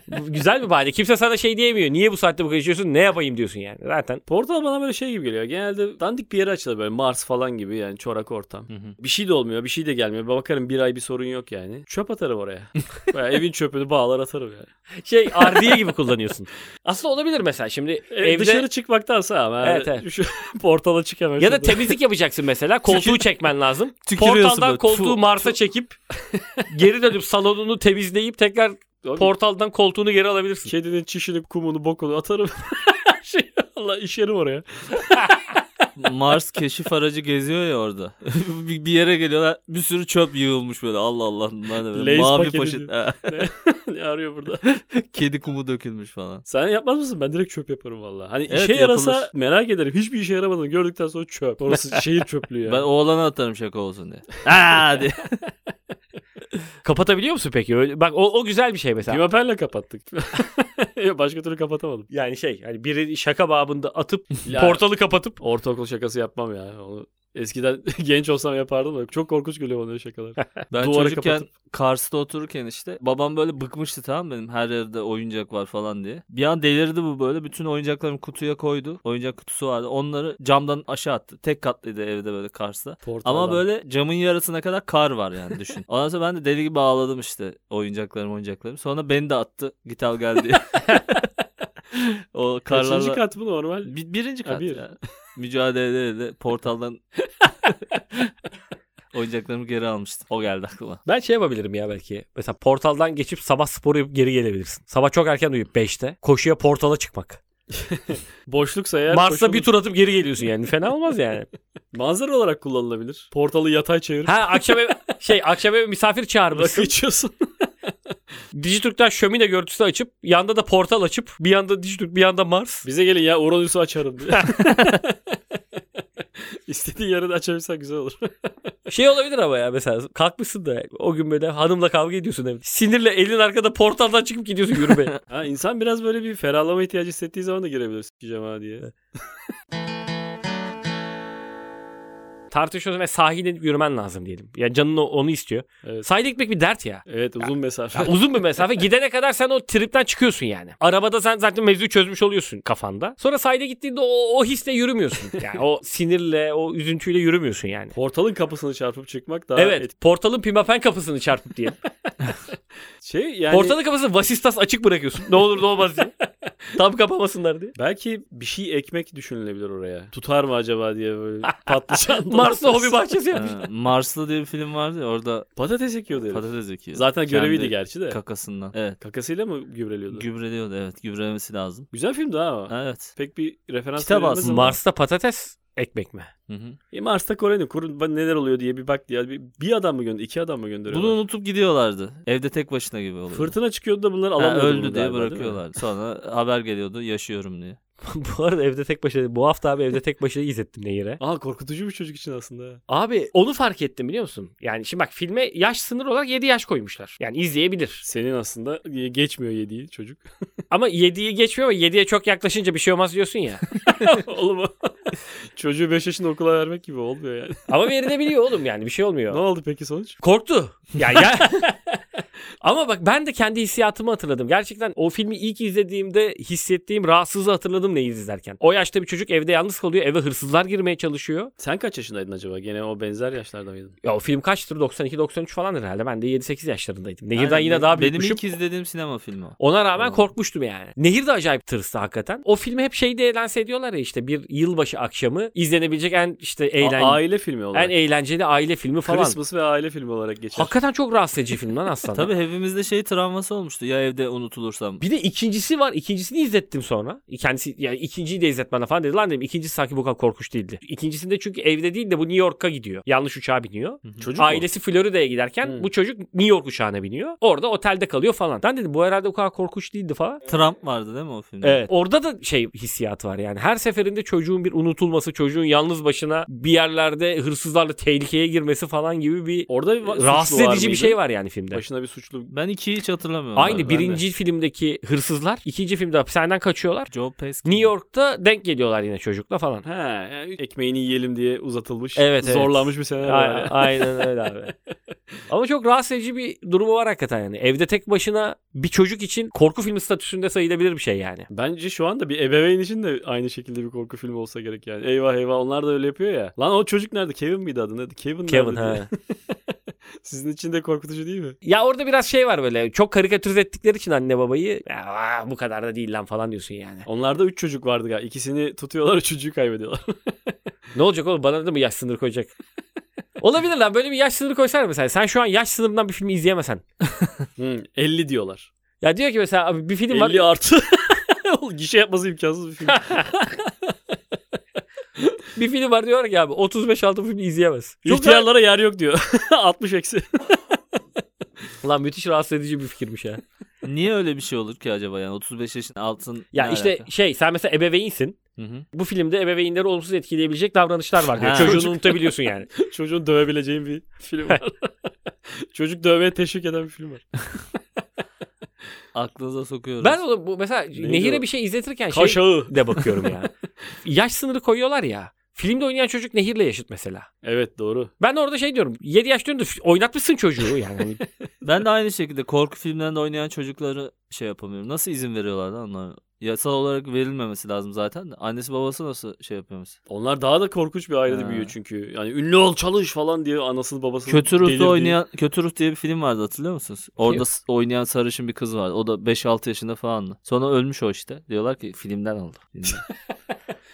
S1: bu güzel bir bahane. Kimse sana şey diyemiyor. Niye bu saatte bu kadar içiyorsun? Ne yapayım diyorsun yani. Zaten
S3: Portal bana böyle şey gibi geliyor. Genelde dandik bir yere açılır böyle Mars falan gibi yani çorak ortam.
S2: Hı hı.
S3: Bir şey de olmuyor, bir şey de gelmiyor. Bakarım bir ay bir sorun yok yani. Çöp atarım oraya. Bayağı evin çöpünü bağlar atarım yani.
S1: şey ardiye gibi kullanıyorsun. Aslında olabilir mesela
S3: *laughs*
S1: şimdi
S3: E,
S1: evde
S3: Dışarı çıkmaktansa ama
S1: Evet,
S3: yani
S1: evet.
S3: *laughs* şu portala çık hemen
S1: ya da
S3: şurada.
S1: temizlik yapacaksın mesela. Koltuğu çekmen
S3: *laughs*
S1: lazım.
S2: Tükürüyorsun
S1: Portaldan
S2: böyle.
S1: koltuğu
S2: Tu-
S1: Mars'a çekip geri dönüp salonunu temizleyip tekrar
S3: Abi, Şey-
S1: portaldan koltuğunu geri alabilirsin.
S3: kedinin çişini, kumunu, bokunu atarım. *laughs* şey, Allah işerim oraya. *laughs*
S2: Mars keşif aracı geziyor ya orada. *laughs* bir bir yere geliyorlar. Bir sürü çöp yığılmış böyle. Allah Allah. bunlar ne böyle?
S3: Lays
S2: Mavi
S3: paketi
S2: poşet.
S3: diyor. ne arıyor burada?
S2: *laughs* Kedi kumu dökülmüş falan.
S3: Sen yapmaz mısın? Ben direkt çöp yaparım valla. Hani
S2: Evet,
S3: işe yarasa
S2: yapılır.
S3: merak ederim. Hiçbir işe yaramadığını gördükten sonra çöp. Orası şehir çöplüğü yani.
S2: Ben oğlana atarım şaka olsun
S3: *laughs*
S2: diye. Aa diye.
S1: Kapatabiliyor musun peki? Öyle, bak o, o güzel bir şey mesela.
S3: Pimapenle kapattık. *laughs* Başka türlü kapatamadım.
S1: Yani şey hani biri şaka babında atıp
S3: Ya-
S1: portalı kapatıp
S3: Ortaokul şakası yapmam ya. Onu eskiden *laughs* genç olsam yapardım da çok korkunç geliyor bana öyle şakalar.
S2: Ben
S3: Duvara
S2: çocukken
S3: kapatıp.
S2: Kars'ta otururken işte babam böyle bıkmıştı tamam mı? benim her yerde oyuncak var falan diye. Bir an delirdi bu böyle bütün oyuncaklarımı kutuya koydu. Oyuncak kutusu vardı. Onları camdan aşağı attı. Tek katlıydı evde böyle Kars'ta. Ama böyle camın yarısına kadar kar var yani düşün. Ondan sonra ben de deli gibi ağladım işte oyuncaklarım oyuncaklarım. Sonra beni de attı. Git al gel
S3: *laughs*
S2: diye. o karlarla.
S3: Kaçıncı kat bu normal?
S2: Bi- birinci
S3: Ha,
S2: kat
S3: bir.
S2: ya. Mücadelede de
S3: *laughs*
S2: portaldan oyuncaklarımı geri almıştım. O geldi aklıma.
S1: ben şey yapabilirim ya belki. Mesela portaldan geçip sabah sporu yapıp geri gelebilirsin. Sabah çok erken uyuyup 5'te koşuya portala çıkmak.
S3: Boşluksa eğer
S1: Mars'ta
S3: koşulur.
S1: bir tur atıp geri geliyorsun yani. Fena olmaz
S3: *laughs*
S1: yani.
S3: manzara olarak kullanılabilir. Portalı yatay çevirip
S1: Ha akşam ev, şey akşam eve misafir
S3: *laughs* rakı
S1: çağırmışsın.
S3: içiyorsun.
S1: Dijitürk'ten şömine görüntüsü açıp yanda da portal açıp bir yanda Dijitürk bir yanda Mars.
S3: Bize gelin ya Uranüs'ü açarım diye. *laughs* İstediğin yere de açabilsen güzel olur. *laughs*
S1: Şey olabilir ama ya mesela kalkmışsın da o gün böyle hanımla kavga ediyorsun evde. Sinirle elin arkada portaldan çıkıp gidiyorsun
S3: *laughs*
S1: yürümeye.
S3: Ha, insan biraz böyle bir ferahlama ihtiyacı hissettiği zaman da girebilir. Sikeceğim ha diye.
S1: tartışıyorsun ve sahile inip yürümen lazım diyelim. Ya canın o- onu istiyor.
S3: Evet.
S1: Sahile gitmek bir dert ya.
S3: Evet uzun mesafe.
S1: Ya uzun bir mesafe. Gidene kadar sen o tripten çıkıyorsun yani. Arabada sen zaten mevzuyu çözmüş oluyorsun kafanda. Sonra sahile gittiğinde o, o hisle *laughs* yürümüyorsun. Yani o sinirle, o üzüntüyle yürümüyorsun yani.
S3: Portalın kapısını çarpıp çıkmak daha
S1: Evet.
S3: et-
S1: Portalın pimapen kapısını çarpıp diye.
S3: Şey yani
S1: Portalın kapısını vasistas açık bırakıyorsun. Ne olur ne olmaz diye. Tam kapamasınlar diye.
S3: belki bir şey ekmek düşünülebilir oraya. Tutar mı acaba
S2: *laughs*
S3: diye böyle patlıcan.
S1: *laughs* Mars'ta hobi bahçesi yapmış.
S2: Ha, Marslı diye bir film vardı ya orada
S3: Patates ekiyordu herif.
S2: patates ekiyor.
S3: Zaten göreviydi
S2: Kendi
S3: gerçi de.
S2: Kakasından. Evet.
S3: Kakasıyla mı gübreliyordu?
S2: Gübreliyordu evet. Gübrelemesi lazım.
S3: Güzel filmdi ha o.
S2: Evet.
S3: Pek bir referans
S2: Kitap
S3: verilmez
S2: aslında.
S3: ama-
S1: Mars'ta patates ekmek mi?
S2: Hı hı.
S3: E Mars'ta Kore'nin kurun ba- neler oluyor diye bir bak diye. Bir, bir adam mı gönder, iki adam mı gönderiyor?
S2: Bunu unutup gidiyorlardı. Evde tek başına gibi oluyordu.
S3: Fırtına çıkıyordu da bunlar
S2: Ha,
S3: alamıyordu. bunu
S2: öldü diye
S3: galiba, değil mi?
S2: bırakıyorlardı. Sonra haber geliyordu yaşıyorum diye.
S1: *laughs* bu arada evde tek başına bu hafta abi evde tek başına izlettim Nehir'e.
S3: Aa korkutucu bir çocuk için aslında. ha.
S1: Abi onu fark ettim biliyor musun? Yani şimdi bak filme yaş sınırı olarak 7 yaş koymuşlar. Yani izleyebilir.
S3: Senin aslında ye- geçmiyor yediği çocuk. *laughs*
S1: Ama 7'yi geçmiyor ama 7'ye çok yaklaşınca bir şey olmaz diyorsun
S2: *laughs*
S1: ya.
S3: Oğlum *laughs* o- çocuğu 5 yaşında okula vermek gibi olmuyor yani.
S1: ama verilebiliyor oğlum yani bir şey olmuyor.
S3: ne oldu peki sonuç?
S1: Korktu. Ya,
S2: *laughs*
S1: ya... Ama bak ben de kendi hissiyatımı hatırladım. Gerçekten o filmi ilk izlediğimde hissettiğim rahatsızlığı hatırladım neyi izlerken. O yaşta bir çocuk evde yalnız kalıyor. Eve hırsızlar girmeye çalışıyor.
S3: Sen kaç yaşındaydın acaba? Gene o benzer yaşlarda mıydın?
S1: Ya o film kaçtır? 92-93 falan herhalde. Ben de 7-8 yaşlarındaydım. Nehirden
S2: Aynen,
S1: yine daha
S2: Benim
S1: büyükmüşüm.
S2: ilk izlediğim sinema filmi o.
S1: Ona rağmen
S2: Hı.
S1: korkmuştum yani. Nehir de acayip tırstı hakikaten. O filmi hep şeyde eğlense ediyorlar ya işte bir yılbaşı akşamı izlenebilecek en işte eğlen
S3: A- aile filmi
S1: en
S3: olarak.
S1: eğlenceli aile filmi falan.
S3: Christmas ve aile filmi olarak geçer.
S1: Hakikaten çok rahatsız edici film *laughs* lan aslında.
S2: Tabii hepimizde şey travması olmuştu. Ya evde unutulursam.
S1: Bir de ikincisi var. İkincisini izlettim sonra. Kendisi yani ikinciyi de izlet bana falan dedi. Lan dedim ikincisi sanki bu kadar korkunç değildi. İkincisinde çünkü evde değil de bu New York'a gidiyor. Yanlış uçağa biniyor.
S3: Çocuk mu?
S1: Ailesi Florida'ya giderken
S3: Hı.
S1: bu çocuk New York uçağına biniyor. Orada otelde kalıyor falan. Ben dedim bu herhalde bu kadar korkunç değildi falan.
S2: Trump vardı değil mi o filmde?
S1: Evet. Orada da şey hissiyatı var yani. Her seferinde çocuğun bir unutulması, çocuğun yalnız başına bir yerlerde hırsızlarla tehlikeye girmesi falan gibi bir
S3: Orada bir va-
S1: rahatsız
S3: suçlu var
S1: edici bir
S3: mıydı?
S1: şey var yani filmde.
S3: Başına bir suçlu
S2: Ben ikiyi hiç hatırlamıyorum.
S1: Aynı
S2: abi.
S1: birinci filmdeki hırsızlar, ikinci filmde hapishaneden kaçıyorlar.
S2: Joe Pesci.
S1: New York'ta denk geliyorlar yine çocukla falan.
S3: He, yani ekmeğini yiyelim diye uzatılmış,
S1: Evet, evet.
S3: zorlanmış bir senaryo. var
S1: A-
S3: yani.
S1: Aynen öyle *laughs* abi. Ama çok rahatsız edici bir durumu var hakikaten yani. Evde tek başına bir çocuk için korku filmi statüsünde sayılabilir bir şey yani.
S3: Bence şu anda bir ebeveyn için de aynı şekilde bir korku filmi olsa gerek yani. Eyvah eyvah onlar da öyle yapıyor ya. Lan o çocuk nerede? Kevin miydi adı? Neydi? Kevin,
S1: Kevin
S3: nerede?
S1: ha.
S3: diye. Sizin için de korkutucu değil mi?
S1: Ya orada biraz şey var böyle çok karikatürize ettikleri için anne babayı ya, aa, bu kadar da değil lan falan diyorsun yani.
S3: Onlarda 3 çocuk vardı galiba. İkisini tutuyorlar, üçüncüyü kaybediyorlar.
S1: Ne olacak oğlum bana da mı yaş sınırı koyacak? *laughs* Olabilir lan böyle bir yaş sınırı koysalar mesela. Sen şu an yaş sınırından bir filmi izleyemesen. Hmm,
S3: Hı, 50 diyorlar.
S1: Ya diyor ki mesela abi bir film var.
S3: 50 artı. *laughs* Oğlum Gişe yapması imkansız bir film.
S1: Bir film var diyor ki abi 35 altı bu filmi izleyemez. Çok rahat-
S3: İhtiyarlara yer yok diyor. *laughs* 60 eksi.
S1: Lan müthiş rahatsız edici bir fikirmiş ya.
S2: Niye öyle bir şey olur ki acaba yani 35 yaşın altın
S1: Ya
S2: ne
S1: işte
S2: alaka?
S1: şey sen mesela ebeveynsin.
S2: Hı hı.
S1: Bu filmde ebeveynleri olumsuz etkileyebilecek davranışlar var diyor.
S2: Ha.
S1: Çocuğunu
S3: Çocuk.
S1: unutabiliyorsun yani.
S2: *laughs*
S3: Çocuğun dövebileceğin bir film var. *laughs* Çocuk dövmeye teşvik eden bir film var.
S2: aklınıza sokuyoruz.
S1: Ben oğlum bu mesela
S3: Neydi
S1: Nehir'e
S3: o?
S1: bir şey izletirken şey *laughs*
S3: Kaşağı.
S1: de bakıyorum ya. Yaş sınırı koyuyorlar ya. Filmde oynayan çocuk Nehir'le yaşıt mesela.
S3: Evet doğru.
S1: Ben orada şey diyorum. 7 yaş diyorum da f- oynatmışsın çocuğu yani.
S2: *laughs*
S1: Hani
S2: Ben de aynı şekilde korku filmlerinde oynayan çocukları şey yapamıyorum. Nasıl izin veriyorlar lan onlara? Yasal olarak verilmemesi lazım zaten. de. Annesi babası nasıl şey yapıyor mesela?
S3: Onlar daha da korkunç bir ailede
S2: Ha.
S3: büyüyor çünkü. Yani ünlü ol çalış falan diye anasını babasını
S2: Kötü
S3: delirdiği-
S2: Ruh'ta oynayan Kötü Ruh diye bir film vardı hatırlıyor musunuz? Orada
S1: Yok.
S2: s- oynayan sarışın bir kız vardı. O da 5-6 yaşında falandı. Sonra ölmüş o işte. Diyorlar ki filmden oldu. Filmden.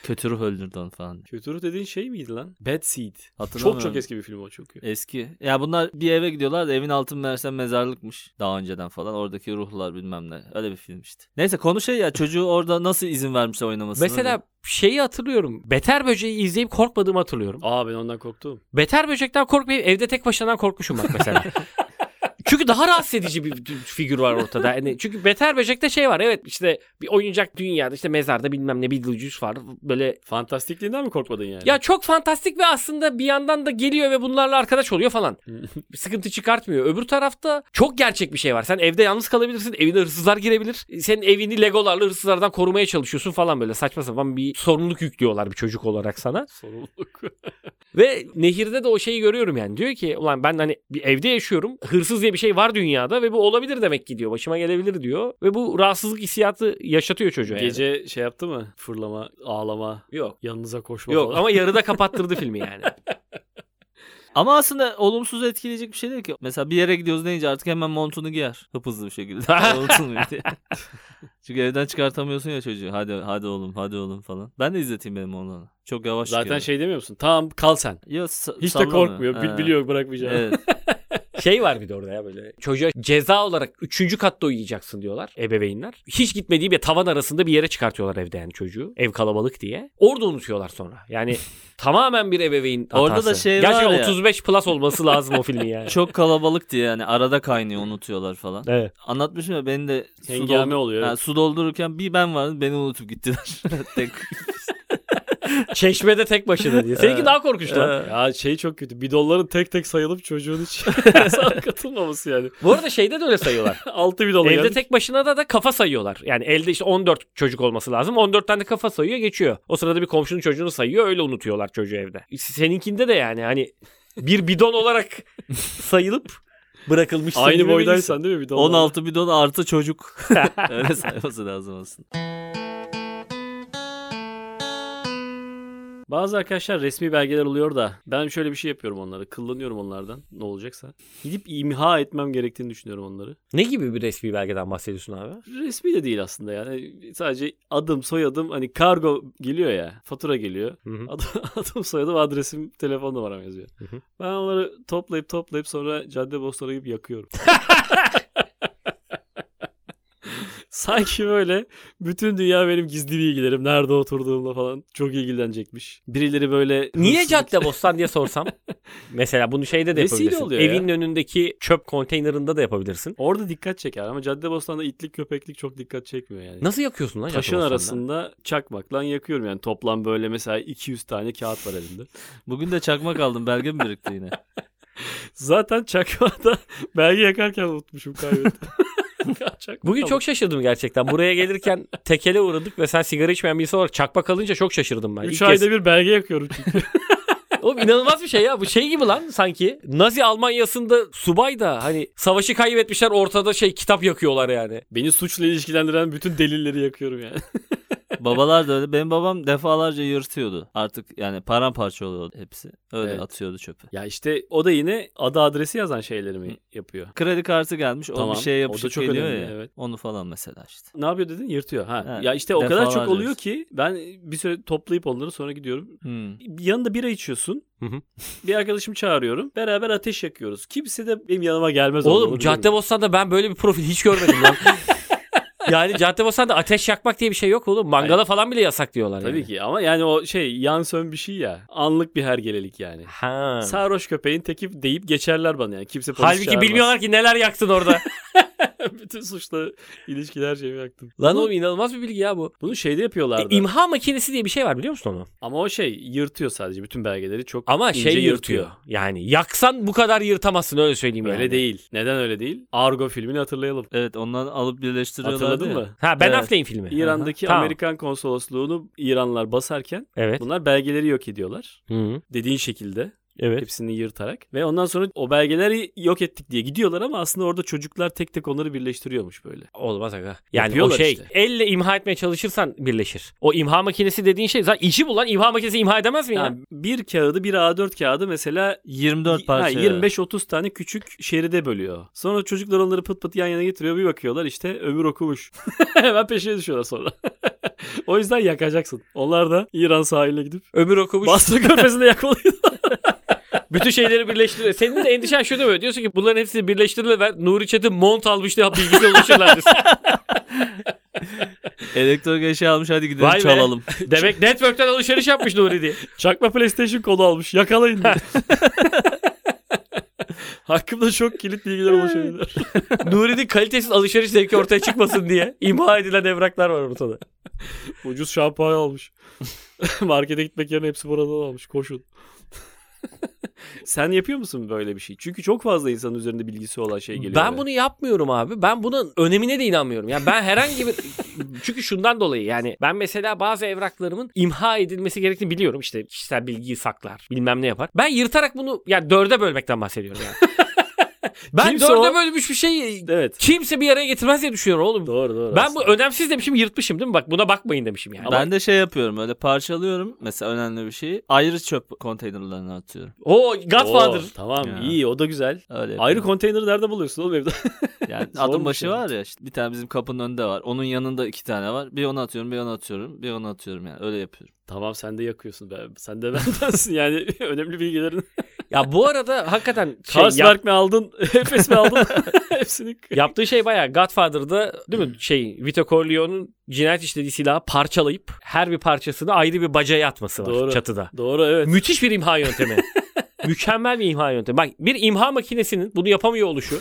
S2: Kötü Ruh öldürdü onu falan. diye.
S3: Kötü Ruh dediğin şey miydi lan? Bad Seed. Çok
S2: Hatırlamıyorum.
S3: çok eski bir film o çünkü.
S2: Eski. Ya bunlar bir eve gidiyorlar da evin altın meğerse mezarlıkmış daha önceden falan. Oradaki ruhlar bilmem ne. Öyle bir film işte. Neyse konu şey ya çocuğu orada nasıl izin vermişler oynamasına.
S1: mesela şeyi hatırlıyorum. Beter Böceği izleyip korkmadığımı hatırlıyorum.
S3: Aa ben ondan korktum.
S1: Beter Böcek'ten korkmayıp evde tek başından korkmuşum bak mesela. Çünkü daha rahatsız edici bir d- figür var ortada. Yani çünkü Beter Böcek'te şey var. Evet işte bir oyuncak dünyada işte mezarda bilmem ne Beetlejuice var. Böyle
S3: Fantastikliğinden mi korkmadın yani?
S1: ya çok fantastik ve aslında bir yandan da geliyor ve bunlarla arkadaş oluyor falan. *laughs* Bir sıkıntı çıkartmıyor. Öbür tarafta çok gerçek bir şey var. Sen evde yalnız kalabilirsin. Evine hırsızlar girebilir. Senin evini legolarla hırsızlardan korumaya çalışıyorsun falan böyle. Saçma sapan bir sorumluluk yüklüyorlar bir çocuk olarak sana.
S3: Sorumluluk.
S1: Ve nehirde de o şeyi görüyorum yani. Diyor ki ulan ben hani bir evde yaşıyorum. Hırsız diye bir şey var dünyada ve bu olabilir demek ki diyor. Başıma gelebilir diyor. Ve bu rahatsızlık hissiyatı yaşatıyor çocuğa yani.
S3: Gece şey yaptı mı? Fırlama, ağlama,
S1: Yok.
S3: yanınıza koşma
S1: Yok
S3: falan.
S1: ama yarıda kapattırdı filmi
S2: *laughs*
S1: yani.
S2: Ama aslında olumsuz etkileyecek bir şey değil ki. Mesela bir yere gidiyoruz deyince artık hemen montunu giyer. Hıp hızlı bir
S3: *laughs*
S2: şekilde. Hani Unutulmuyor diye. *laughs* Çünkü evden çıkartamıyorsun ya çocuğu. Hadi hadi oğlum hadi oğlum falan. Ben de izleteyim benim oğlanı. Çok yavaş
S3: Zaten
S2: çıkıyor.
S3: şey demiyor musun? Tamam kal sen.
S2: Ya, sa-
S3: Hiç de
S2: sallamıyor.
S3: korkmuyor. Bil-
S2: He.
S3: biliyor bırakmayacağını.
S2: Evet.
S1: Şey var bir de orada ya böyle. Çocuğa ceza olarak 3. katta uyuyacaksın diyorlar ebeveynler. Hiç gitmediği bir tavan arasında bir yere çıkartıyorlar evde yani çocuğu. Ev kalabalık diye. Orada unutuyorlar sonra.
S2: *laughs*
S1: Yani tamamen bir ebeveyn hatası.
S2: Orada da şey var
S1: Gerçekten
S2: ya.
S1: 35 plus olması lazım o filmin
S2: *laughs*
S1: yani.
S2: Çok kalabalık diye yani arada kaynıyor unutuyorlar falan.
S1: Evet.
S2: Anlatmışım ya beni de su, doldu-
S3: Hengame oluyor.
S2: Ha, su doldururken bir ben vardı beni unutup gittiler. *laughs* Tek.
S1: Çeşmede tek başına diye. Seninki
S2: Evet.
S1: daha korkunç lan.
S2: Ee,
S3: Ya şey çok kötü. Bidonların tek tek sayılıp çocuğun hiç
S2: *laughs*
S3: *laughs* sana katılmaması yani.
S1: Bu arada şeyde de öyle *laughs* sayıyorlar.
S3: 6 bidon
S1: Evde
S3: geldi.
S1: tek başına da da kafa sayıyorlar. Yani elde işte 14 çocuk olması lazım. 14 tane de kafa sayıyor geçiyor. O sırada bir komşunun çocuğunu sayıyor öyle unutuyorlar çocuğu evde. Seninkinde de yani hani bir bidon olarak *laughs* sayılıp bırakılmış.
S3: Aynı
S1: sevgili birisi.
S3: boydaysan değil mi bidonlar?
S2: 16 bidon artı
S3: *laughs*
S2: çocuk. Öyle sayması lazım aslında.
S3: Bazı arkadaşlar resmi belgeler oluyor da ben şöyle bir şey yapıyorum onlara. Kıllanıyorum onlardan ne olacaksa. Gidip imha etmem gerektiğini düşünüyorum onları.
S1: Ne gibi bir resmi belgeden bahsediyorsun abi?
S3: Resmi de değil aslında yani. Sadece adım soyadım hani kargo geliyor ya. Fatura geliyor. *laughs* Adım, adım soyadım adresim telefon numaram yazıyor.
S1: Hı hı.
S3: Ben onları toplayıp toplayıp sonra cadde bostana
S1: *laughs*
S3: gibi yakıyorum. Sanki böyle bütün dünya benim gizli bilgilerim nerede oturduğumla falan çok ilgilenecekmiş. Birileri böyle
S1: *laughs* Niye
S3: hırsızlık-
S1: Caddebostan diye sorsam? *laughs* Mesela bunu şeyde de
S3: Vesile
S1: yapabilirsin.
S3: oluyor ya.
S1: Evin önündeki çöp konteynerında da yapabilirsin.
S3: *laughs* Orada dikkat çeker ama Caddebostan'da itlik köpeklik çok dikkat çekmiyor yani.
S1: Nasıl yakıyorsun lan
S3: Taşın
S1: Caddebostan'da?
S3: arasında çakmakla yakıyorum yani toplam böyle mesela 200 tane kağıt var elimde.
S2: Bugün de çakmak aldım belge mi birikti yine?
S3: Zaten çakmağı da *laughs* belge yakarken unutmuşum *laughs* kaybettim.
S1: Bugün çok şaşırdım gerçekten. Buraya gelirken tekele uğradık ve sen sigara içmeyen birisi olarak çakmak alınca çok şaşırdım ben.
S3: 3
S1: İlk
S3: ayda
S1: kez-
S3: bir belge yakıyorum çünkü.
S1: Oğlum inanılmaz bir şey ya. Bu şey gibi lan sanki. Nazi Almanya'sında subay da hani savaşı kaybetmişler ortada şey kitap yakıyorlar yani.
S3: Beni suçla ilişkilendiren bütün delilleri yakıyorum yani.
S2: Babalar da öyle. Benim babam defalarca yırtıyordu. Artık yani paramparça oluyordu hepsi. Öyle
S3: Evet.
S2: atıyordu çöpü.
S3: *laughs* Ya işte o da yine adı adresi yazan şeyleri mi yapıyor?
S2: Kredi kartı gelmiş. O
S3: Tamam,
S2: bir şeye
S3: o da
S2: yapışıp
S3: çok
S2: geliyor
S3: önemli,
S2: ya.
S3: evet.
S2: Onu falan mesela işte.
S3: Ne yapıyor dedin? Yırtıyor. Ha.
S2: Evet,
S3: ya işte o kadar çok
S2: defalarca
S3: oluyor
S2: işte.
S3: ki ben bir süre toplayıp onları sonra gidiyorum.
S2: Hmm.
S3: Bir yanında bira içiyorsun.
S1: Hı hı.
S3: *laughs* bir arkadaşımı çağırıyorum. Beraber ateş yakıyoruz. Kimse de benim yanıma gelmez. onu
S1: Oğlum
S3: biliyorum.
S1: Caddebostan'da ben böyle bir profil hiç görmedim *laughs* lan. yani Caddebostan'da ateş yakmak diye bir şey yok oğlum. Mangala falan bile yasak diyorlar
S3: Tabii
S1: yani.
S3: ki ama yani o şey yan sön bir şey ya. Anlık bir hergelelik yani.
S1: Ha.
S3: Sarhoş köpeğin teki deyip geçerler bana yani. Kimse polis
S1: Halbuki
S3: çağırmaz.
S1: bilmiyorlar ki neler yaktın orada.
S3: *laughs* Bütün suçla ilişkiler her şeyi yaktım.
S1: *laughs* lan
S3: Bunu-
S1: oğlum inanılmaz bir bilgi ya bu.
S3: Bunu şeyde
S1: E,
S3: yapıyorlardı.
S1: imha makinesi diye bir şey var biliyor musun onu?
S3: ama o şey yırtıyor sadece. Bütün belgeleri çok
S1: Ama
S3: ince
S1: şey yırtıyor. Yani yaksan bu kadar yırtamazsın öyle söyleyeyim
S3: Öyle
S1: yani.
S3: değil. Neden öyle değil? Argo filmini hatırlayalım.
S2: Evet ondan alıp birleştiriyorlardı
S3: Hatırladın
S2: ya.
S3: mı?
S1: Ha Ben
S2: Evet.
S1: Affleck'in filmi.
S3: İran'daki
S1: Tamam.
S3: Amerikan konsolosluğunu İranlılar basarken
S1: Evet.
S3: bunlar belgeleri yok ediyorlar.
S1: Hı.
S3: Dediğin şekilde
S1: Evet.
S3: hepsini yırtarak ve ondan sonra o belgeleri yok ettik diye gidiyorlar ama aslında orada çocuklar tek tek onları birleştiriyormuş böyle.
S1: Olmaz aga. Yani
S3: Yapıyorlar
S1: o şey
S3: işte.
S1: elle imha etmeye çalışırsan birleşir. O imha makinesi dediğin şey zaten içi bulan imha makinesi imha edemez mi ya?
S3: Yani bir kağıdı bir A4 kağıdı mesela
S2: 24
S3: Ha,
S2: parça. *laughs*
S3: 25-30 tane küçük şeride bölüyor. Sonra çocuklar onları pıt pıt yan yana getiriyor. Bir bakıyorlar işte ömür okumuş. *laughs* Hemen peşine düşüyorlar sonra. *laughs* o yüzden yakacaksın. Onlar da İran sahiline gidip *laughs*
S1: Ömür okumuş.
S3: Basra körfezinde yakmalıydı.
S1: *laughs* Bütün şeyleri birleştiriyor. Senin de endişen şu değil mi? Diyorsun ki bunların hepsini birleştirirler. Ben Nuri Çetin mont almış diye bilgiyle ulaşırlar. diyorsun.
S2: Elektronik eşya almış hadi gidelim
S1: Vay be.
S2: çalalım.
S1: *laughs*
S3: *laughs*
S1: Demek network'ten alışveriş yapmış Nuri *laughs* diye.
S3: *laughs* Çakma PlayStation kodu almış. Yakalayın diye. *laughs* Hakkımda çok kilit bilgiler oluşabilir.
S1: Nuri'nin kalitesiz alışveriş zevki ortaya çıkmasın diye imha edilen evraklar var ortada.
S3: Ucuz şampanya almış. Markete gitmek yerine hepsi buradan almış. Koşun. *laughs* Sen yapıyor musun böyle bir şey? Çünkü çok fazla insanın üzerinde bilgisi olan şey geliyor.
S1: Ben
S3: oraya.
S1: bunu yapmıyorum abi. Ben bunun önemine de inanmıyorum. Yani ben herhangi *laughs* bir çünkü şundan dolayı yani ben mesela bazı evraklarımın imha edilmesi gerektiğini biliyorum. İşte kişisel bilgiyi saklar, bilmem ne yapar. Ben yırtarak bunu yani dörde bölmekten bahsediyorum yani. *laughs* ben
S3: Kimse
S1: dörde
S3: o-
S1: bölmüş bir şey
S3: Evet.
S1: kimse bir araya getirmez diye düşünüyorum oğlum.
S3: Doğru doğru.
S1: Ben bu
S3: aslında.
S1: önemsiz demişim yırtmışım değil mi? Bak buna bakmayın demişim yani.
S2: Ben de şey yapıyorum öyle parçalıyorum mesela önemli bir şeyi ayrı çöp konteynerlarına atıyorum.
S1: O Godfather.
S3: Oo, tamam
S2: Ya.
S3: iyi o da güzel.
S2: Öyle
S3: Ayrı
S2: yapıyorum.
S3: konteyneri nerede buluyorsun oğlum evde?
S2: yani
S3: Zormuş
S2: adım başı
S3: ya.
S2: var ya işte bir tane bizim kapının önünde var. Onun yanında iki tane var. Bir onu atıyorum, bir onu atıyorum, bir onu atıyorum yani öyle yapıyorum.
S3: tamam sen de yakıyorsun be. Sen de bendensin *laughs* yani önemli bilgilerin.
S1: Şey, Ya bu arada hakikaten şey, yap-
S3: Carlsberg mi aldın? *laughs* Efes mi aldın? Hepsini.
S1: yaptığı şey bayağı Godfather'da değil mi şey Vito Corleone'un cinayet işlediği silahı parçalayıp her bir parçasını ayrı bir bacaya atması var
S3: Doğru.
S1: çatıda.
S3: Doğru evet.
S1: Müthiş bir imha yöntemi. Mükemmel bir imha yöntemi. Bak bir imha makinesinin bunu yapamıyor oluşu.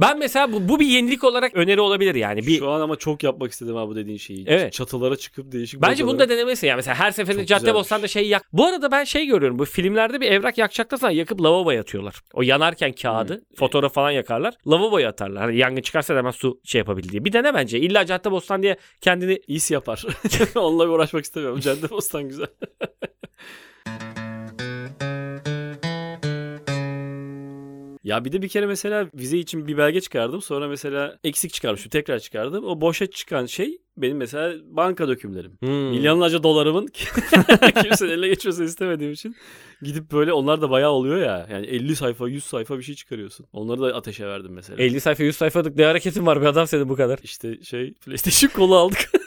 S1: ben mesela bu, bu bir yenilik olarak öneri olabilir yani. Bir
S3: Şu an ama çok yapmak istedim abi bu dediğin şeyi.
S1: Evet.
S3: Çatılara çıkıp değişik
S1: Bence bunu
S3: bacalara-
S1: da denemelisin. Yani mesela her seferinde
S3: Çok
S1: cadde
S3: güzelmiş.
S1: da şeyi yak. Bu arada ben şey görüyorum. Bu filmlerde bir evrak yakacaklar sana yakıp lavaboya atıyorlar. O yanarken kağıdı, fotoğraf falan yakarlar. Lavaboya atarlar. Hani yangın çıkarsa da hemen su şey yapabildiği. Bir dene bence. İlla cadde bostan diye kendini
S3: İyisi yapar. *laughs* Onunla uğraşmak istemiyorum. Cadde Bostan güzel. *laughs* Ya bir de bir kere mesela vize için bir belge çıkardım. Sonra mesela eksik çıkarmışım. Tekrar çıkardım. O boşa çıkan şey benim mesela banka dökümlerim.
S1: Hmm.
S3: Milyonlarca dolarımın *laughs* kimsenin eline geçmesini istemediğim için gidip böyle onlar da bayağı oluyor ya. Yani 50 sayfa 100 sayfa bir şey çıkarıyorsun. Onları da ateşe verdim mesela.
S1: 50 sayfa 100 sayfalık ne hareketin var bir adam senin bu kadar.
S3: İşte şey *laughs* PlayStation kolu aldık. *laughs*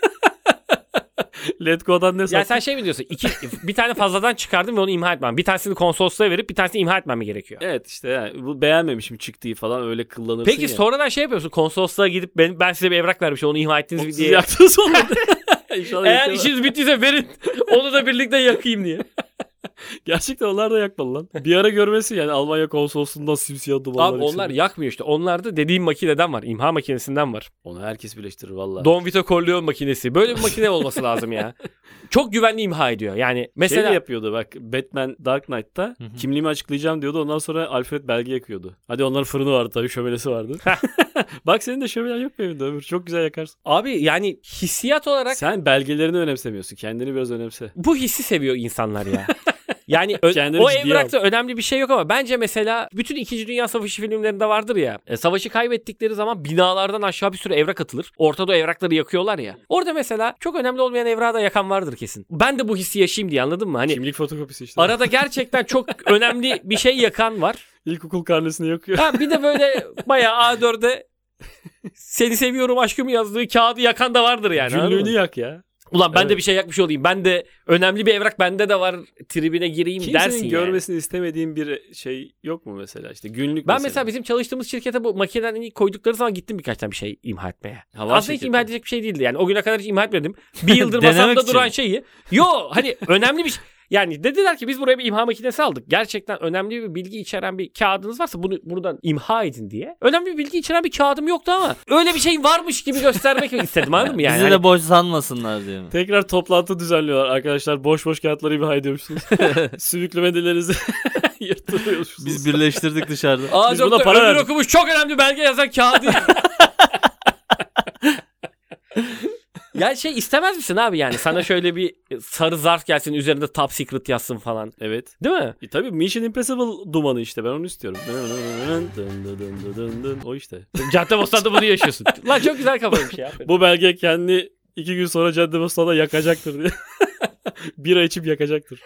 S3: Letgo'dan ne
S1: Ya
S3: sattık?
S1: sen şey mi diyorsun? İki, *laughs* bir tane fazladan çıkardım ve onu imha etmem. Bir tanesini konsolosluğa verip bir tanesini imha etmem mi gerekiyor?
S3: Evet işte yani bu beğenmemişim çıktığı falan öyle kullanırsın
S1: Peki
S3: ya.
S1: sonradan şey yapıyorsun. Konsolosluğa gidip ben, ben size bir evrak vermişim onu imha ettiniz
S3: Siz
S1: diye. *laughs*
S3: yaktınız onu. İnşallah
S1: Eğer
S3: yakıyorlar.
S1: işiniz bittiyse verin. *laughs* Onu da birlikte yakayım diye.
S3: Gerçekten onlar da yakmalı lan. Bir ara görmesi yani Almanya konsolosundan simsiyah dumanlar.
S1: Abi onlar
S3: yükseliyor.
S1: yakmıyor işte. Onlarda dediğim makineden var. imha makinesinden var.
S3: Onu herkes birleştirir valla.
S1: Don Vito Corleone makinesi. Böyle bir makine olması lazım ya. Çok güvenli imha ediyor. Yani
S3: Mesela...
S1: mesela
S3: Şey yapıyordu bak Batman Dark Knight'ta
S2: hı.
S3: kimliğimi açıklayacağım diyordu. Ondan sonra Alfred belge yakıyordu. Hadi onların fırını vardı tabii şömelesi vardı. *laughs* bak senin de şömelen yok mu evinde Ömür? Çok güzel yakarsın.
S1: abi yani hissiyat olarak
S3: Sen belgelerini önemsemiyorsun. Kendini biraz önemse.
S1: bu hissi seviyor insanlar ya. Yani ö-
S3: Kendini
S1: o
S3: ciddiye
S1: evrakta önemli bir şey yok ama bence mesela bütün 2. Dünya Savaşı filmlerinde vardır ya. e, savaşı kaybettikleri zaman binalardan aşağı bir sürü evrak atılır. Ortada o evrakları yakıyorlar ya. Orada mesela çok önemli olmayan evrağı da yakan vardır kesin. Ben de bu hissi yaşayayım diye anladın mı? Hani
S3: Kimlik fotokopisi işte.
S1: Arada gerçekten
S3: *laughs*
S1: çok önemli bir şey yakan var.
S3: İlkokul karnesini yakıyor.
S1: Ha bir de böyle bayağı A4'e seni seviyorum aşkım yazdığı kağıdı yakan da vardır yani. anladın
S3: Günlüğünü
S1: mı?
S3: yak ya.
S1: Ulan ben de
S3: Evet.
S1: bir şey yakmış olayım. Ben de önemli bir evrak bende de var tribine gireyim
S3: Kimsenin
S1: dersin yani.
S3: görmesini istemediğin bir şey yok mu mesela? İşte günlük
S1: Ben mesela bizim çalıştığımız şirkete bu makinelerini koydukları zaman gittim birkaç tane bir şey imha etmeye.
S3: Hava
S1: Aslında hiç
S3: şirketi.
S1: imha edecek bir şey değildi yani. O güne kadar hiç imha etmedim.
S2: *laughs*
S1: Bir yıldır
S2: Denemek
S1: masamda
S2: için.
S1: duran şeyi. Yo hani önemli bir şey. Yani dediler ki biz buraya bir imha makinesi aldık. Gerçekten önemli bir bilgi içeren bir kağıdınız varsa bunu buradan imha edin diye. Önemli bir bilgi içeren bir kağıdım yoktu ama öyle bir şey varmış gibi
S2: *laughs*
S1: göstermek istedim anladın mı yani?
S2: Bizi
S1: Hani-
S2: de boş sanmasınlar diye mi?
S3: Tekrar toplantı düzenliyorlar arkadaşlar. Boş boş kağıtları imha *laughs* ediyormuşsunuz. Sümüklü *laughs* medelerinizi yırtılıyormuşsunuz.
S2: Biz birleştirdik dışarıda.
S3: *laughs*
S1: Aa,
S3: biz
S1: çok
S3: buna
S1: da
S3: para
S1: ömür
S3: verdik.
S1: okumuş çok önemli belge yazan *laughs* kağıdı. yani şey istemez misin abi yani sana şöyle bir sarı zarf gelsin üzerinde top secret yazsın falan.
S3: Evet.
S1: Değil mi?
S3: E tabii Mission Impossible dumanı işte ben onu istiyorum. Dın dın dın dın dın dın dın. O işte.
S1: Cadde Bostan'da bunu yaşıyorsun. *laughs* Lan çok güzel kafaymış ya.
S3: Bu belge kendi iki gün sonra Caddebostan'da yakacaktır diye. *laughs* Bira içip yakacaktır.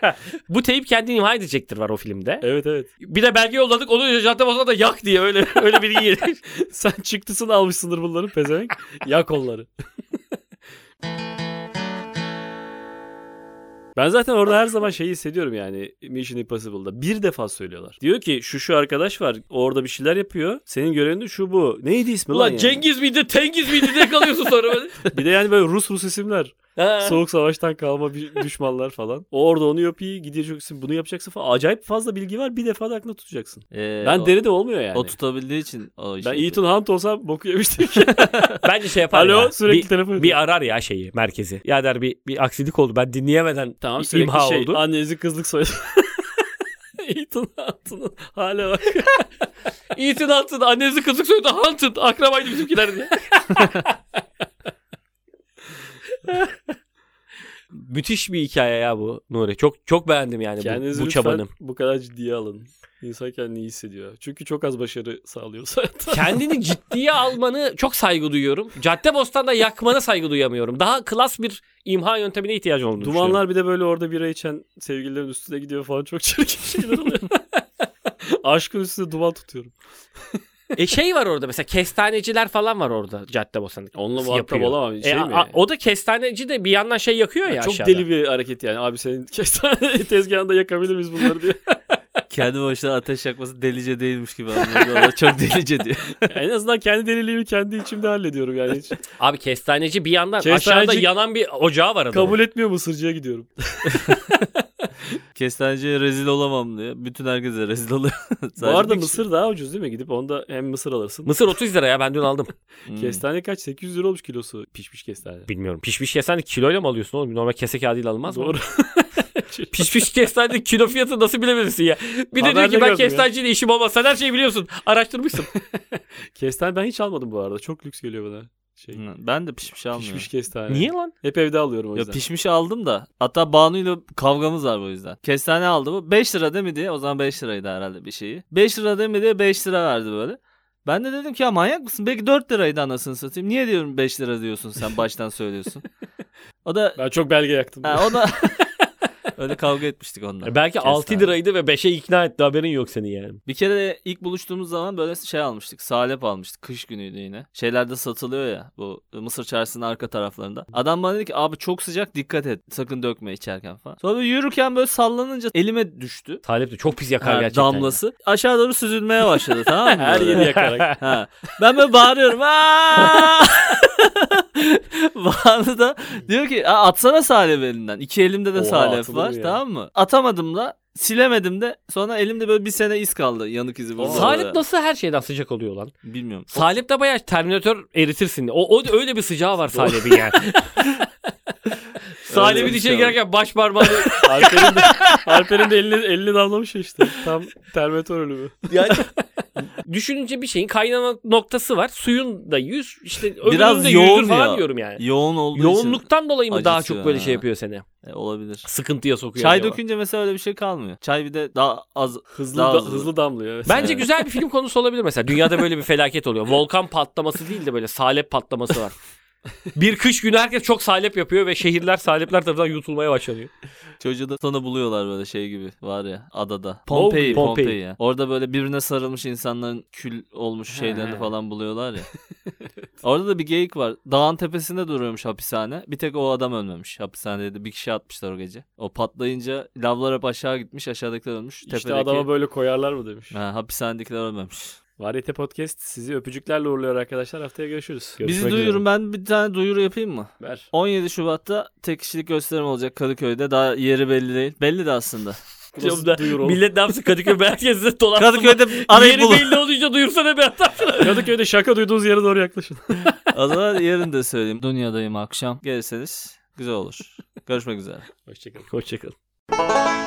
S1: Bu teyip kendini imha edecektir var o filmde.
S3: Evet evet.
S1: Bir de belge yolladık onu Cadde Bostan'da yak diye öyle öyle biri gelir.
S3: *laughs* Sen çıktısını almışsındır bunları pezevenk. Yak onları. *laughs* Ben zaten orada her zaman şeyi hissediyorum yani Mission Impossible'da. Bir defa söylüyorlar. Diyor ki şu şu arkadaş var orada bir şeyler yapıyor. Senin görevin de şu bu. Neydi ismi lan,
S1: Ulan
S3: yani?
S1: Cengiz miydi Tengiz miydi diye kalıyorsun sonra böyle.
S3: *laughs* Bir de yani böyle Rus
S2: *laughs*
S3: Rus isimler.
S1: *laughs* Ha.
S3: Soğuk savaştan kalma bir düşmanlar falan. O orada onu yapıyor gideceksin bunu yapacaksın falan. Acayip fazla bilgi var bir defa da aklına tutacaksın.
S2: Ee,
S3: ben
S2: o,
S3: deri de olmuyor yani.
S2: o tutabildiği için o işi
S3: ben
S2: yapıyor.
S3: Ethan Hunt olsam boku yemiştim.
S1: Bence şey yapar
S3: Alo
S1: ya.
S3: sürekli
S1: bir,
S3: telefon
S1: bir arar ya şeyi merkezi. Ya der bir, bir aksilik oldu ben dinleyemeden
S3: Tamam
S1: bir
S3: sürekli
S1: imha
S3: şey
S1: oldu.
S3: *laughs* annenizin kızlık soyadı. *laughs* Ethan Hunt'ın hala bak. *laughs*
S1: Ethan Hunt'ın annesi kızık soyadı Hunt'ın akrabaydı bizimkiler diye. Müthiş bir hikaye ya bu Nuri. Çok çok beğendim yani
S3: Kendinizi
S1: bu, bu
S3: lütfen
S1: çabanı.
S3: bu kadar ciddiye alın. İnsan kendini iyi hissediyor. Çünkü çok az başarı sağlıyoruz hayatta.
S1: Kendini ciddiye almanı çok saygı duyuyorum. Cadde Bostan'da yakmana saygı duyamıyorum. Daha klas bir imha yöntemine ihtiyacı olduğunu düşünüyorum.
S3: *laughs* Dumanlar bir de böyle orada bira içen sevgililerin üstüne gidiyor falan çok çirkin şeyler oluyor. *laughs* Aşkın üstüne duman tutuyorum.
S1: E şey var orada mesela kestaneciler falan var orada Cadde Bostan'da.
S3: Onunla
S1: Yapıyor.
S3: muhatap olamam. Şey
S1: E,
S3: mi?
S1: a- a- o da kestaneci de bir yandan şey yakıyor ya,
S3: çok
S1: aşağıda.
S3: deli bir hareket yani. Abi senin *laughs* kestane tezgahında yakabilir miyiz bunları *laughs* diye.
S2: Kendi başına ateş yakması delice değilmiş gibi anlıyorlar. Çok delice
S3: *laughs*
S2: diyor.
S3: Yani en azından kendi deliliğimi kendi içimde hallediyorum yani. Hiç
S1: Abi kestaneci bir yandan
S3: Kestaneci-
S1: aşağıda yanan bir ocağı var adamın.
S3: kabul etmiyor mısırcıya gidiyorum.
S2: Kestaneciye rezil olamam diyor. Bütün herkese rezil oluyor. *laughs*
S3: Bu
S2: Sadece
S3: arada
S2: bir
S3: mısır daha ucuz değil mi? Gidip onda hem mısır alırsın.
S1: Mısır 30 lira ya ben dün aldım.
S2: kişi. Hmm.
S3: Kestane kaç? 800 lira olmuş kilosu pişmiş kestane.
S1: Bilmiyorum. Pişmiş kestane kiloyla mı alıyorsun oğlum? Normal kese kağıdıyla alınmaz mı?
S3: Doğru.
S1: *laughs*
S3: *laughs*
S1: Pişmiş kestane kilo fiyatı nasıl bilebilirsin ya? Bir de diyor
S3: Haberde
S1: ki ben
S3: gördüm ya."
S1: kestaneciyle işim olmaz. Sen her şeyi biliyorsun. Araştırmışsın.
S3: Kestane ben hiç almadım bu arada. Çok lüks geliyor bana. Şey,
S2: Hmm. Ben de pişmiş almıyorum.
S3: pişmiş kestane.
S1: Niye lan?
S3: Hep evde alıyorum o
S2: Ya
S3: yüzden.
S2: pişmiş aldım da. Hatta Banu'yla kavgamız var bu yüzden. Kestane aldı bu. 5 lira değil mi diye. O zaman 5 liraydı herhalde bir şeyi. 5 lira değil mi diye 5 lira verdi böyle. Ben de dedim ki ya manyak mısın? Belki 4 liraydı anasını satayım. Niye diyorum 5 lira diyorsun sen baştan söylüyorsun. O da
S3: Ben çok belge
S2: *laughs*
S3: yaktım.
S2: ha, o da öyle kavga etmiştik onunla.
S1: E belki
S2: Kestane.
S1: 6 liraydı ve 5'e ikna etti. Haberin yok senin yani.
S2: Bir kere de ilk buluştuğumuz zaman böyle şey almıştık. Salep almıştık. Kış günüydü yine. Şeylerde satılıyor ya bu Mısır çarşısının arka taraflarında. Adam bana dedi ki abi çok sıcak dikkat et. Sakın dökme içerken falan. Sonra böyle yürürken böyle sallanınca elime düştü.
S1: Talep de çok pis yakar
S2: Ha,
S1: gerçekten.
S2: damlası. Aşağı doğru süzülmeye başladı tamam mı?
S3: Her
S2: Böyle?
S3: yeri
S1: *laughs*
S3: yakarak.
S2: Ha. Ben böyle bağırıyorum. "Aa!" *laughs* Banu da diyor ki "Aa, atsana salep elinden. İki elimde de
S3: Oha,
S2: salep
S3: atılır
S2: var
S3: ya.
S2: tamam mı? Atamadım da silemedim de sonra elimde böyle bir sene iz kaldı yanık izi.
S3: Oha.
S2: burada.
S1: Salep nasıl her şeyden sıcak oluyor lan?
S2: Bilmiyorum.
S1: Salep de bayağı terminatör eritirsin. O, o öyle bir sıcağı var Salep'in yani. Salep'in
S2: Öyle bir
S1: içine
S2: şey
S1: girerken baş parmağını *laughs*
S3: Alper'in de,
S2: *laughs*
S3: Alper'in de elini, elini damlamış ya işte. Tam termetör ölümü.
S1: Yani düşününce bir şeyin kaynama noktası var. Suyun da yüz işte
S2: Biraz
S1: öbürünün de
S2: yoğun
S1: yüzdür falan
S2: ya.
S1: diyorum yani.
S2: Yoğun olduğu için
S1: Yoğunluktan dolayı mı daha
S2: acıtıyor
S1: çok böyle
S2: ha.
S1: şey yapıyor seni?
S2: E, olabilir.
S1: Sıkıntıya sokuyor.
S2: Çay
S1: acaba.
S2: dökünce mesela öyle bir şey kalmıyor. Çay bir de daha az
S3: Hızlı,
S2: Daha
S3: da-
S2: hızlı.
S3: hızlı damlıyor. Evet.
S1: Bence güzel bir film konusu olabilir mesela. Dünyada böyle bir felaket oluyor. Volkan patlaması değil de böyle salep patlaması var. Bir kış günü herkes çok salep yapıyor ve şehirler salepler tarafından yutulmaya başlanıyor.
S2: çocuğu da sana buluyorlar böyle şey gibi var ya adada. Pompei,
S1: Mowgli, Pompei.
S2: Pompei ya. Orada böyle birbirine sarılmış insanların kül olmuş şeylerini falan buluyorlar ya. Orada da bir geyik var. Dağın tepesinde duruyormuş hapishane. Bir tek o adam ölmemiş hapishanede. Bir kişi atmışlar o gece. O patlayınca lavlar hep aşağı gitmiş. Aşağıdakiler ölmüş.
S3: İşte
S2: Tepedeki...
S3: adama böyle koyarlar mı demiş.
S2: Ha, hapishanedekiler ölmemiş.
S3: Variyete Podcast sizi öpücüklerle uğurluyor arkadaşlar. Haftaya görüşürüz.
S2: Bizi duyurun. Ben bir tane duyuru yapayım mı?
S3: Ver.
S2: 17 Şubat'ta tek kişilik gösterim olacak Kadıköy'de. Daha yeri belli değil. Belli de aslında.
S3: Burası
S1: Canım da
S3: duyur oğlum.
S1: Millet ne yapsın Kadıköy merkezde dolaşsın.
S2: Kadıköy'de arayıp
S1: Yeri
S2: bulun.
S1: belli olunca duyursana bir hatta.
S3: Kadıköy'de şaka duyduğunuz yere
S2: *laughs*
S3: doğru yaklaşın.
S2: o zaman yerini de söyleyeyim. Dünyadayım akşam. Gelirseniz güzel olur. Görüşmek üzere.
S3: Hoşçakalın. Hoşçakalın.